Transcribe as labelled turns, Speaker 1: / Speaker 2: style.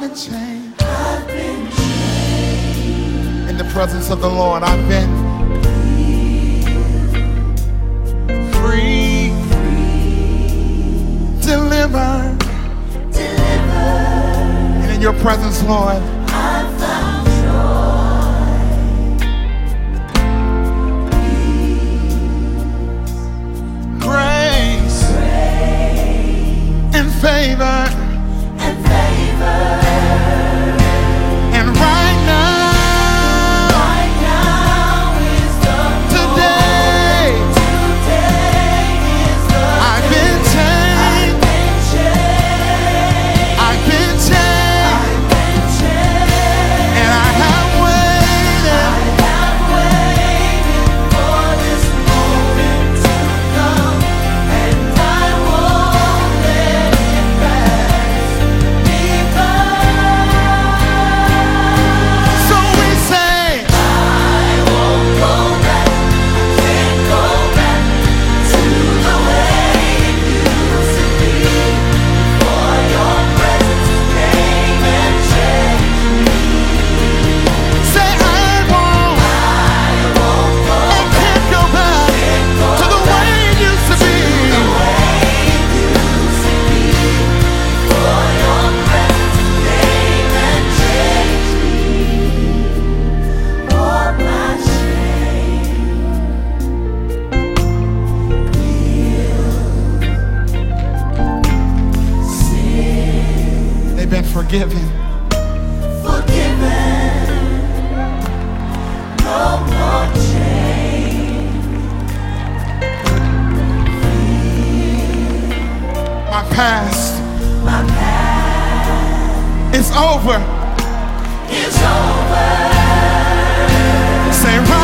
Speaker 1: been changed. In the presence of the Lord, I've been free, delivered. And in your presence, Lord, grace and favor. And right now, today, I've been changed. I've been changed. And I have waited. So we say, say I won't and can't go back to the way it used to be. They've been forgiven. My past. It's over. Say right